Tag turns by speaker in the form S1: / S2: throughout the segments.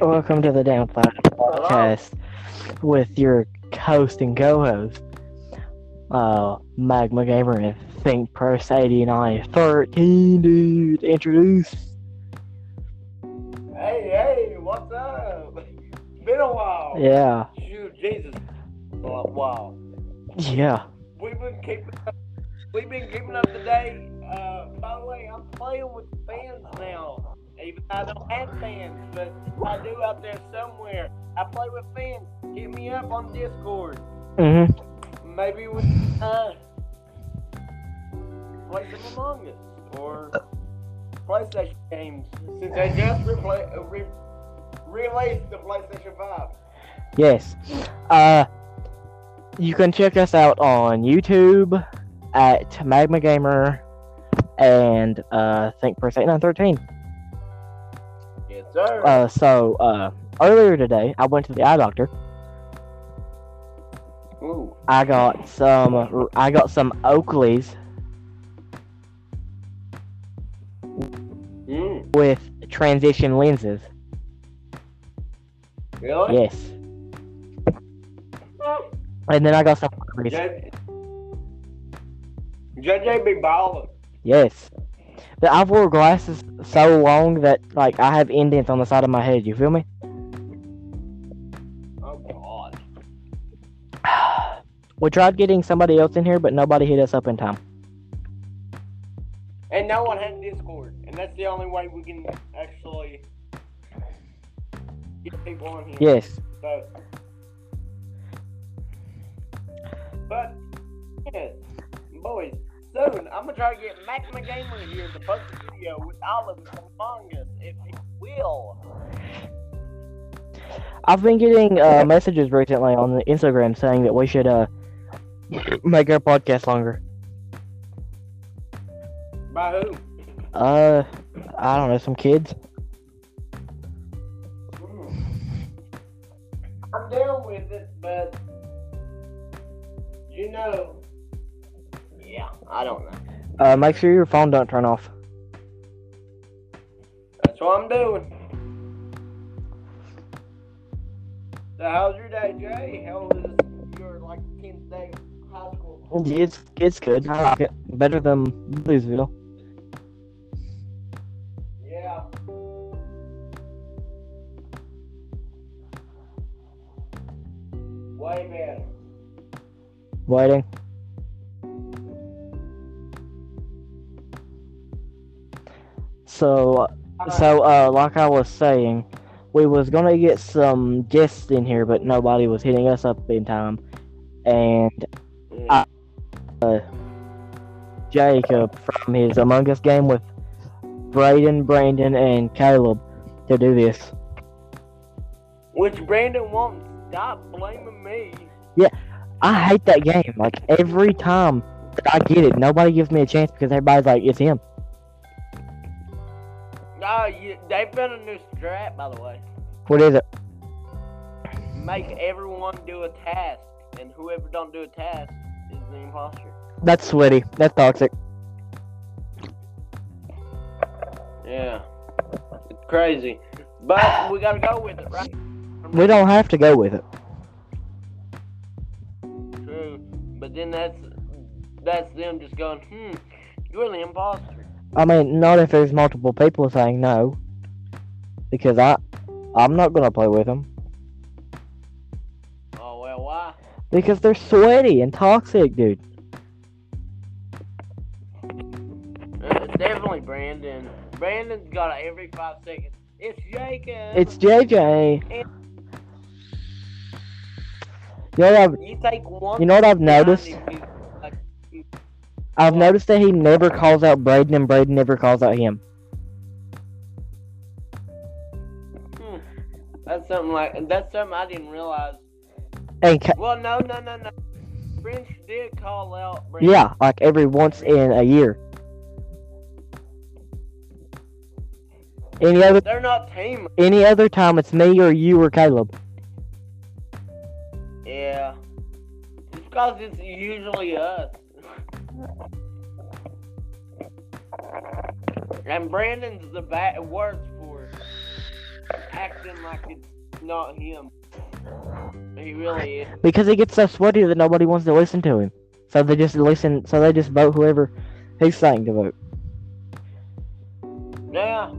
S1: Welcome to the Downflash Podcast with your host and co-host, uh, Magma Gamer and Think Pro 8913, dude. Introduce.
S2: Hey, hey, what's up? Been a while.
S1: Yeah,
S2: Shoot, Jesus. Oh, wow.
S1: yeah.
S2: We've been keeping up. We've been keeping up to date. Uh, by the way, I'm playing with fans now. Even though I don't have fans, but I do out there somewhere. I play with fans. Hit me up on Discord.
S1: hmm
S2: Maybe we uh play some Among Us or PlayStation games since they just repla uh, re- released the PlayStation Five.
S1: Yes. Uh, you can check us out on YouTube at Magma Gamer and uh, Think Pro 8913.
S2: Yes, sir.
S1: Uh, so uh, earlier today, I went to the eye doctor.
S2: Ooh.
S1: I got some. I got some Oakleys
S2: Mm,
S1: with transition lenses.
S2: really?
S1: Yes, and then I got some. Oakleys.
S2: J- JJ be balling.
S1: Yes, but I've wore glasses so long that like I have indents on the side of my head. You feel me?
S2: Oh God.
S1: We tried getting somebody else in here, but nobody hit us up in time.
S2: And no one had Discord, and that's the only way we can actually get people on here.
S1: Yes,
S2: So, but yeah, boys, soon I'm gonna try to get Max McGamer here to post a video with all of us among us, if he will.
S1: I've been getting uh, messages recently on the Instagram saying that we should uh make our podcast longer.
S2: By who?
S1: Uh, I don't know, some kids.
S2: Mm. I'm down with it, but you know, yeah, I don't know.
S1: Uh, make sure your phone don't turn off.
S2: That's what I'm doing. So how's your day, Jay? How is your like 10th day of high school?
S1: It's it's good. I like it better than Bluesville.
S2: Yeah. Way better.
S1: Waiting. So so uh, like I was saying, we was gonna get some guests in here, but nobody was hitting us up in time, and
S2: Mm.
S1: Jacob from his Among Us game with Braden, Brandon, and Caleb to do this.
S2: Which Brandon won't stop blaming me.
S1: I hate that game. Like every time that I get it, nobody gives me a chance because everybody's like, "It's him."
S2: Oh, you, they found a new strat, by the way.
S1: What is it?
S2: Make everyone do a task, and whoever don't do a task is the imposter.
S1: That's sweaty. That's toxic.
S2: Yeah, it's crazy, but we gotta go with it, right?
S1: We don't have to go with it.
S2: True, but then that's that's them just going, hmm, you're the imposter.
S1: I mean, not if there's multiple people saying no, because I, I'm not gonna play with them
S2: Oh well, why?
S1: because they're sweaty and toxic, dude.
S2: Uh, definitely Brandon. Brandon's got it every five seconds. It's Jacob.
S1: It's JJ. You know what I've,
S2: you take one.
S1: you know what I've
S2: time
S1: noticed?
S2: if you- like,
S1: I've noticed that he never calls out Braden, and Braden never calls out him.
S2: hmm, that's something like that's something I didn't realize.
S1: And Ca-
S2: Well, no, no, no, no. French did call out. Brandon.
S1: yeah, like every once in a year. Any other
S2: They're not team.
S1: any other time, it's me or you or Caleb.
S2: Yeah. It's because it's usually us. And Brandon's the bad worst for it. acting like it's not him. He really is.
S1: because he gets so sweaty that nobody wants to listen to him. So they just listen. So they just vote whoever he's saying to vote.
S2: Yeah.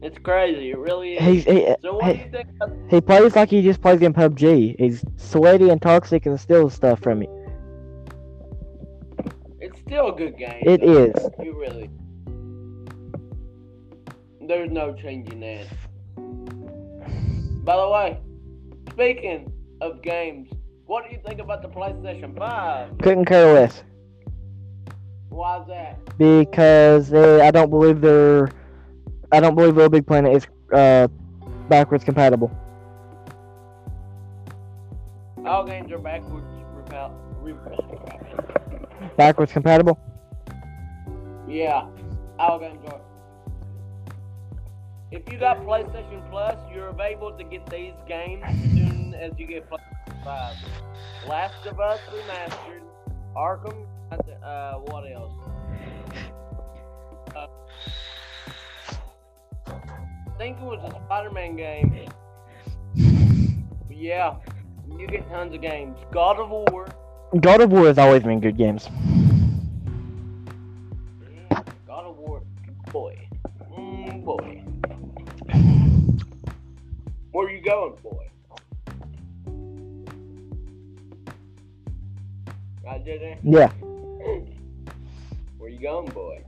S2: It's crazy. It really is.
S1: He's, he
S2: so what do you think? About,
S1: he plays like he just plays in PUBG. He's sweaty and toxic and steals stuff from me.
S2: it's still a good game.
S1: It
S2: though.
S1: is.
S2: You really. There's no changing that. By the way, speaking of games, what do you think about the PlayStation 5?
S1: Couldn't care less
S2: Why is that?
S1: because they, I don't believe they're. I don't believe Little Big Planet is uh, backwards compatible.
S2: All games are backwards repel. repel-
S1: Backwards compatible.
S2: Yeah, all games are. If you got PlayStation Plus, you're able to get these games as soon as you get PlayStation 5. Last of Us Remastered, Arkham, uh, what else? Uh, I think it was a Spider Man game. Yeah, you get tons of games. God of War.
S1: God of War has always been good games.
S2: Yeah, God of War, boy. Mm, boy. Where you going, boy? I did it.
S1: Yeah.
S2: Where you going, boy?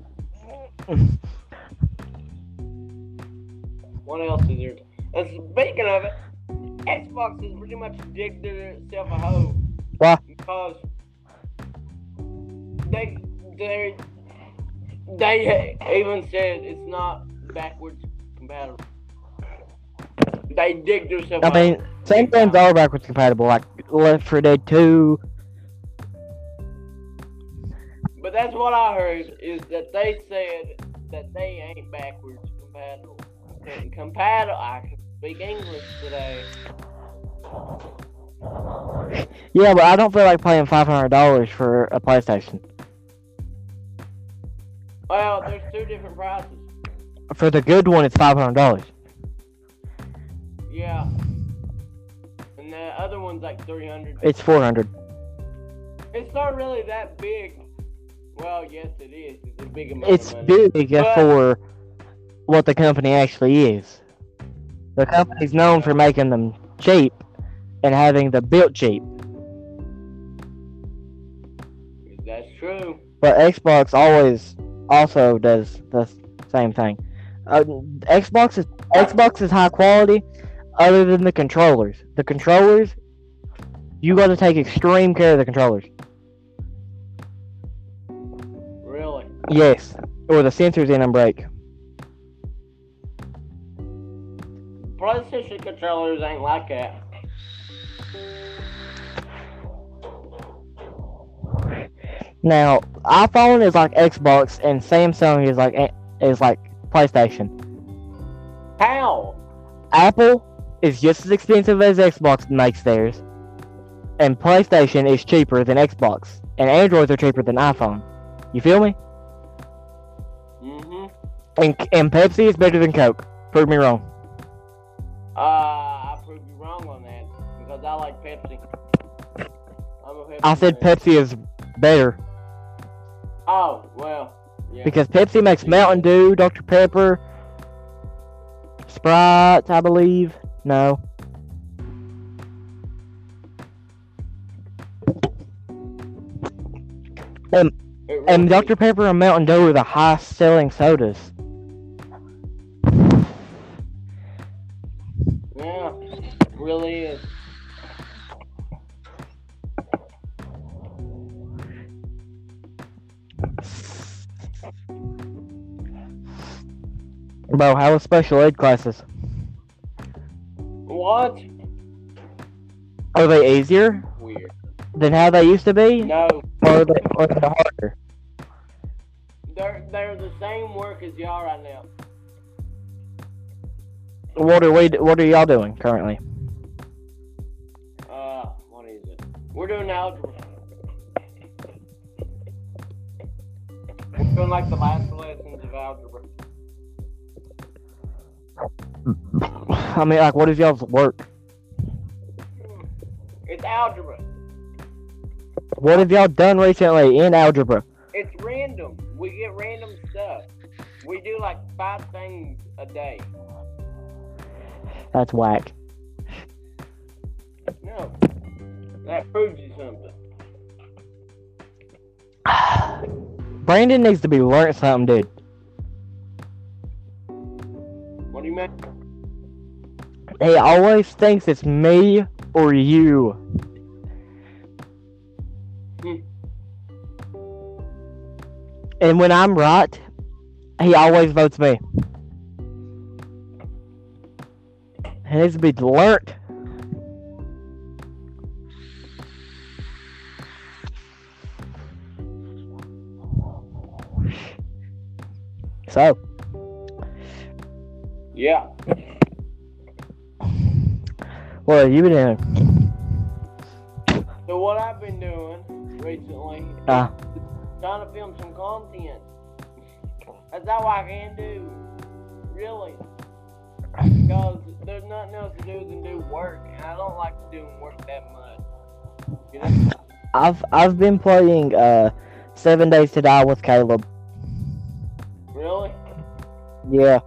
S2: What else is there? And speaking of it, Xbox has pretty much digged itself a hole.
S1: Why?
S2: Because they they they even said it's not backwards compatible. They digged themselves.
S1: I
S2: a hole.
S1: mean, same games are backwards compatible, like Left 4 Dead 2.
S2: But that's what I heard is that they said that they ain't backwards compatible. Compatible. I can speak English today.
S1: Yeah, but I don't feel like paying five hundred dollars for a PlayStation
S2: Well, there's two different prices.
S1: for the good one. It's five hundred dollars.
S2: Yeah. And the other one's like 300.
S1: It's four hundred.
S2: It's not really that big. Well, yes, it is. It's a big amount
S1: It's
S2: of money.
S1: big
S2: But-
S1: for what the company actually is. The company's known for making them cheap and having the built cheap,
S2: That's true.
S1: but Xbox always also does the s- same thing. Uh, Xbox is Xbox is high quality, other than the controllers. The controllers, you got to take extreme care of the controllers.
S2: Really.
S1: Yes, or the sensors in them break.
S2: PlayStation controllers ain't like that.
S1: Now, iPhone is like Xbox, and Samsung is like eh, is like PlayStation.
S2: How?
S1: Apple is just as expensive as Xbox makes theirs, and PlayStation is cheaper than Xbox, and Androids are cheaper than iPhone. You feel me?
S2: Mm-hmm.
S1: And and Pepsi is better than Coke. Prove me wrong.
S2: Uh, I proved you wrong on that because I like Pepsi. I'm a Pepsi
S1: I said
S2: fan.
S1: Pepsi is better
S2: Oh well. Yeah.
S1: because Pepsi makes Mountain Dew, Dr Pepper, Sprite, I believe. No,
S2: It really
S1: And
S2: is.
S1: Dr. Pepper and Mountain Dew are the highest selling sodas.
S2: Yeah, really is.
S1: Bro, how was special ed classes?
S2: What?
S1: Are they easier
S2: Weird.
S1: than how they used to be?
S2: No,
S1: Or are they, or are they harder?
S2: they're they're the same work as y'all right now.
S1: What are we? What are y'all doing currently?
S2: Uh, what is it? We're doing algebra. We're doing like the last lessons of algebra.
S1: I mean, like, what is y'all's work?
S2: It's algebra.
S1: What have y'all done recently in algebra?
S2: It's random. We get random stuff. We do like five things a day.
S1: That's whack.
S2: No. That proves you something.
S1: Brandon needs to be learning something, dude.
S2: What do you mean?
S1: He always thinks it's me or you.
S2: Hmm.
S1: And when I'm right, he always votes me. He needs to be learnt. So,
S2: Yeah.
S1: what have you been doing?
S2: So what I've been doing recently
S1: Uh,
S2: trying to film some content. That's all I can do. Really. Because there's nothing else to do than do work, and I don't like doing work that much. You know?
S1: I've I've been playing uh, Seven Days to Die with Caleb.
S2: Really?
S1: Yeah,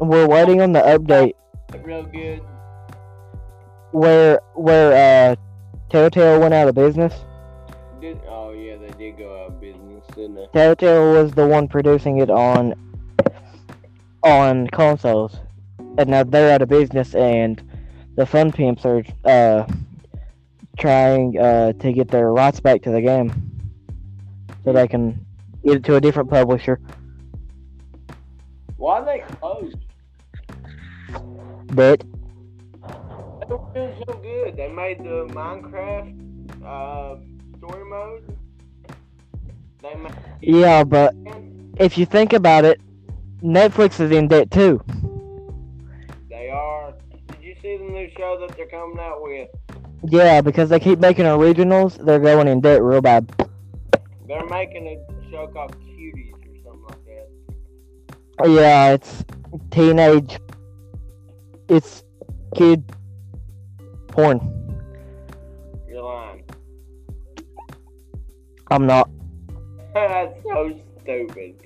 S1: we're waiting on the update
S2: Real good.
S1: where where uh, Telltale went out of business.
S2: Did, oh, yeah, they did go out of business, didn't they?
S1: Telltale was the one producing it on on consoles, and now they're out of business. And the Fun Pimps are uh, trying uh, to get their rights back to the game, so they can get it to a different publisher.
S2: Why they closed?
S1: But
S2: They were doing so good. They made the Minecraft uh, story mode. They made.
S1: yeah, but if you think about it, Netflix is in debt too.
S2: They are. Did you see the new show that they're coming out with?
S1: Yeah, because they keep making originals, they're going in debt real bad.
S2: They're making a show called Cuties or something like that.
S1: Yeah, it's teenage. It's kid porn.
S2: You're lying.
S1: I'm not.
S2: That's so stupid.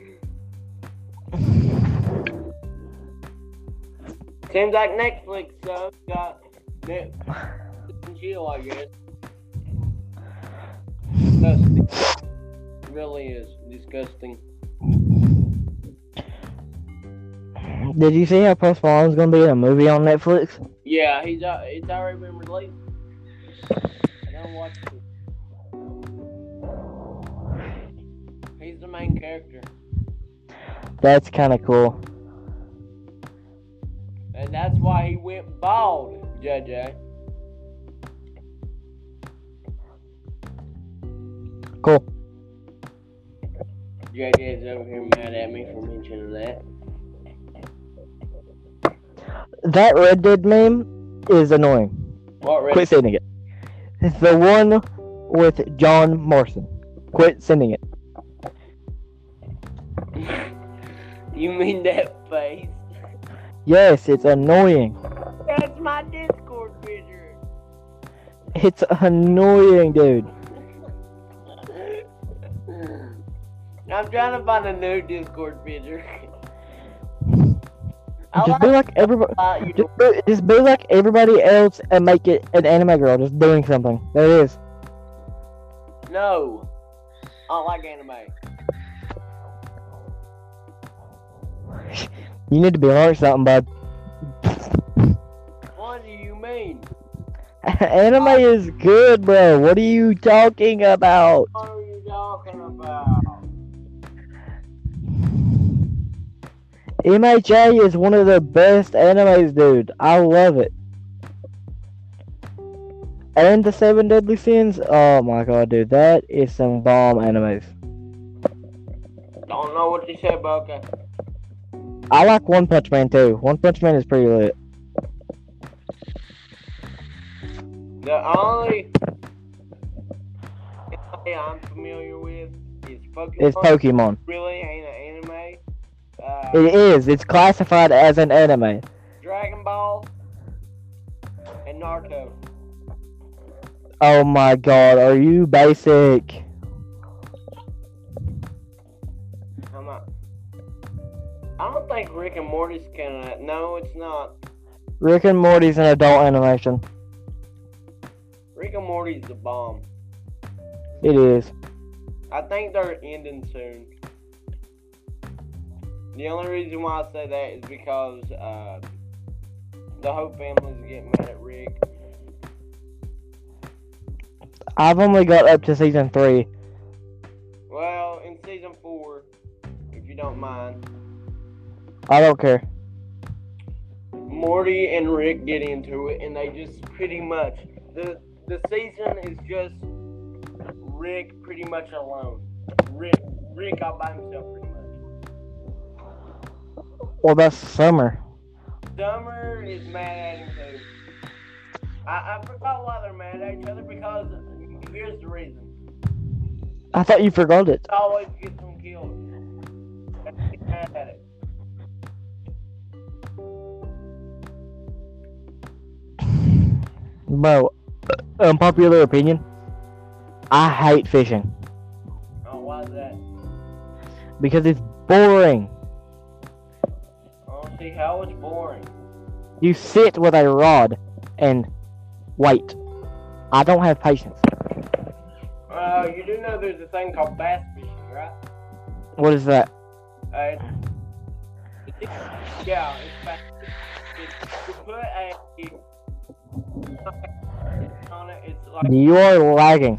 S2: Seems like Netflix though got Netflix and chill, I guess. Disgusting. Really is disgusting.
S1: Did you see how Post Malone's gonna be in a movie on Netflix?
S2: Yeah, he's al- it's already been released. I don't watch it. He's the main character.
S1: That's kind of cool.
S2: And that's why he went bald, JJ.
S1: Cool.
S2: JJ's over here mad at me for mentioning that.
S1: That Red Dead meme is annoying.
S2: What really?
S1: Quit sending it. It's the one with John Morrison. Quit sending it.
S2: you mean that face?
S1: Yes, it's annoying.
S2: That's my Discord picture.
S1: It's annoying, dude.
S2: I'm trying to find a new Discord picture. I
S1: Just be
S2: like
S1: like everybody.
S2: about you.
S1: Just be, just be like everybody else and make it an anime girl just doing something. There it is.
S2: No. I don't like anime.
S1: You need to be learning something, bud.
S2: What do you mean?
S1: anime is good, bro. What are you talking about?
S2: What are you talking about?
S1: MHA is one of the best animes, dude. I love it. And the Seven Deadly Sins. Oh my god, dude, that is some bomb animes.
S2: Don't know what you said, but okay.
S1: I like One Punch Man too. One Punch Man is pretty lit.
S2: The only anime I'm familiar with is Pokemon.
S1: It's Pokemon.
S2: really ain't an anime. Uh,
S1: It is. It's classified as an anime.
S2: Naruto.
S1: Oh my god, are you basic?
S2: I'm not. I don't think Rick and Morty's gonna. No, it's not.
S1: Rick and Morty's an adult animation.
S2: Rick and Morty's the bomb.
S1: It is.
S2: I think they're ending soon. The only reason why I say that is because uh, the whole family's getting mad at Rick.
S1: I've only got up to season three.
S2: Well, in season four, if you don't mind,
S1: I don't care.
S2: Morty and Rick get into it, and they just pretty much the the season is just Rick pretty much alone. Rick Rick all by himself pretty much.
S1: Well, that's summer.
S2: Summer is mad at him too. I, I forgot why they're mad at each other because here's the reason.
S1: I thought you forgot it.
S2: It always gets them killed. They get mad at it.
S1: Bro, uh, unpopular opinion. I hate fishing
S2: Oh, why is that?
S1: because it's boring.
S2: I don't see how it's boring.
S1: You sit with a rod and wait. I don't have patience.
S2: Uh, you do know there's a thing called bass fishing, right?
S1: What is that?
S2: Uh, it's- it's- yeah, it's bass fishing. It's- You put a on it. It's like
S1: You are lagging.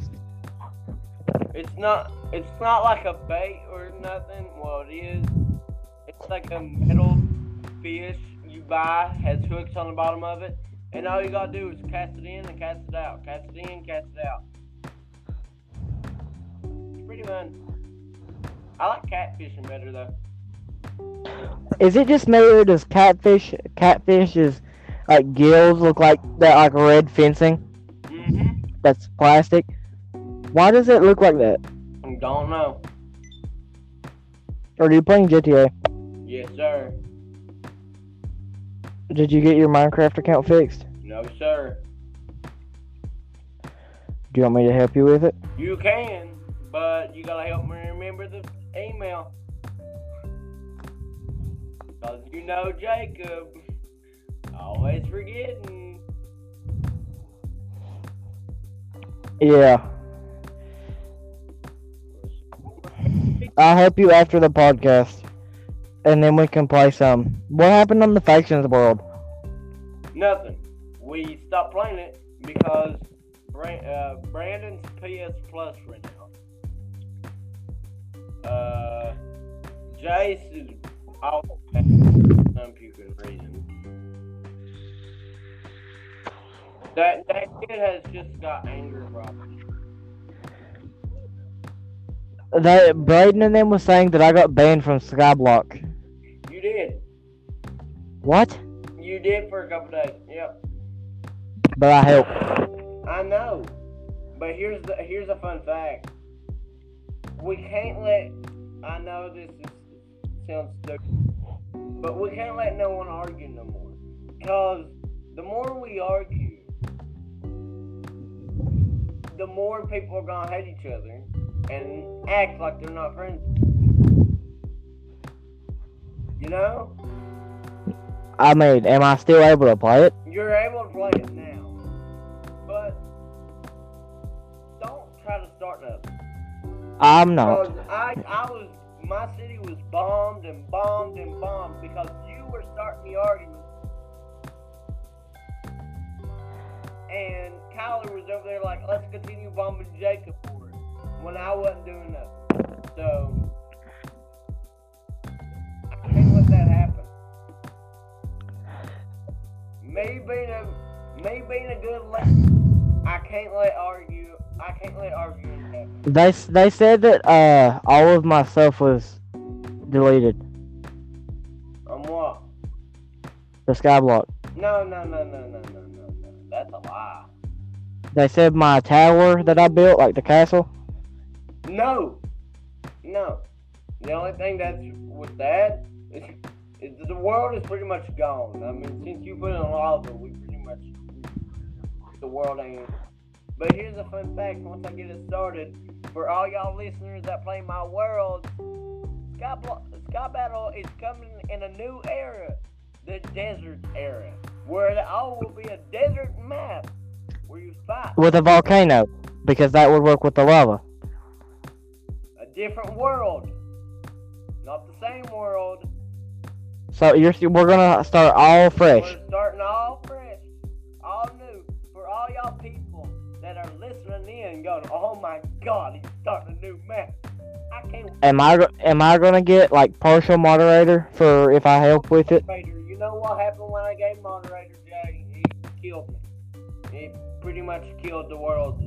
S2: It's not. It's not like a bait or nothing. Well, it is. It's like a metal fish you buy has hooks on the bottom of it, and all you gotta do is cast it in and cast it out. Cast it in, cast it out. It's pretty fun. I like catfishing better though.
S1: Is it just mirrored as catfish? Catfish is like gills look like that, like red fencing
S2: Mm-hmm.
S1: that's plastic. Why does it look like that?
S2: Don't know.
S1: Or are you playing GTA?
S2: Yes, sir.
S1: Did you get your Minecraft account fixed?
S2: No, sir.
S1: Do you want me to help you with it?
S2: You can, but you gotta help me remember the email. Cause you know Jacob. Always forgetting.
S1: Yeah, I'll help you after the podcast, and then we can play some. What happened on the factions world?
S2: Nothing. We stopped playing it because Bran- uh, Brandon's PS Plus right now. Uh, Jace is off for some stupid reason. That that kid has just got anger problems.
S1: That Braden and them was saying that I got banned from Skyblock.
S2: You did.
S1: What?
S2: You did for a couple days. Yep.
S1: But I helped.
S2: I know. But here's the here's a fun fact. We can't let I know this is sounds stupid, but we can't let no one argue no more. Cause the more we argue, the more people are gonna hate each other and act like they're not friends. You know?
S1: I mean, am I still able to play it?
S2: You're able to play it now, but don't try to start nothing.
S1: I'm not.
S2: Because I, I was, my city was bombed and bombed and bombed because you were starting the argument, and Kyler was over there like, let's continue bombing Jacob for it when I wasn't doing nothing. So I can't let that happen. Me being a me being a good lad, I can't let argue. I can't let arguing happen.
S1: They s- they said that uh all of my stuff was deleted.
S2: I'm what?
S1: The Skyblock.
S2: No, no, no, no, no, no, no, no. That's a lie.
S1: They said my tower that I built, like the castle.
S2: No, no. The only thing that's with that is, is that the world is pretty much gone. I mean, since you put in lava, we pretty much the world ends. But here's a fun fact once I get it started. For all y'all listeners that play my world, Sky, Blo- Sky Battle is coming in a new era, the desert era, where it all will be a desert map where you fight
S1: with a volcano because that would work with the lava.
S2: a different world. Not the same world.
S1: So you're we're gonna start all fresh.
S2: We're starting all fresh, all new for all y'all people that are listening in, going, "Oh my God, he's starting a new map." I can't
S1: Am I go- am I gonna get like partial moderator for if I help with it?
S2: moderator. You know what happened when I gave moderator Jay? He killed me. He pretty much killed the world.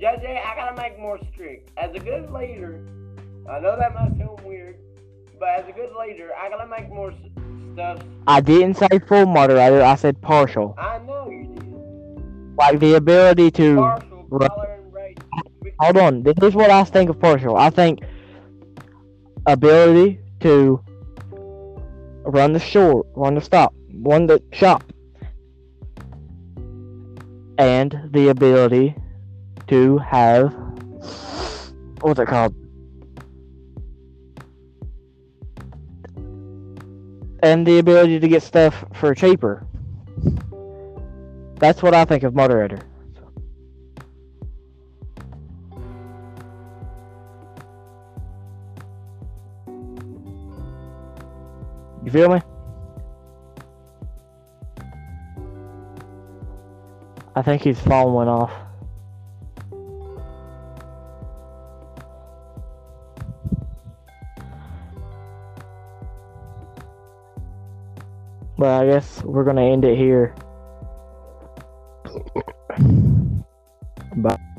S2: JJ, I gotta make more strict. As a good leader, I know that might sound weird, but as a good leader, I gotta make more s- stuff.
S1: I didn't say full moderator. I said partial,
S2: I know you did.
S1: like the ability to.
S2: Partial, collar, and race.
S1: Hold on. This is what I think of partial. I think ability to run the short, run the stop, run the shop, and the ability to have what's it called? And the ability to get stuff for cheaper. That's what I think of moderator. You feel me? I think his phone went off. But I guess we're gonna end it here. Bye.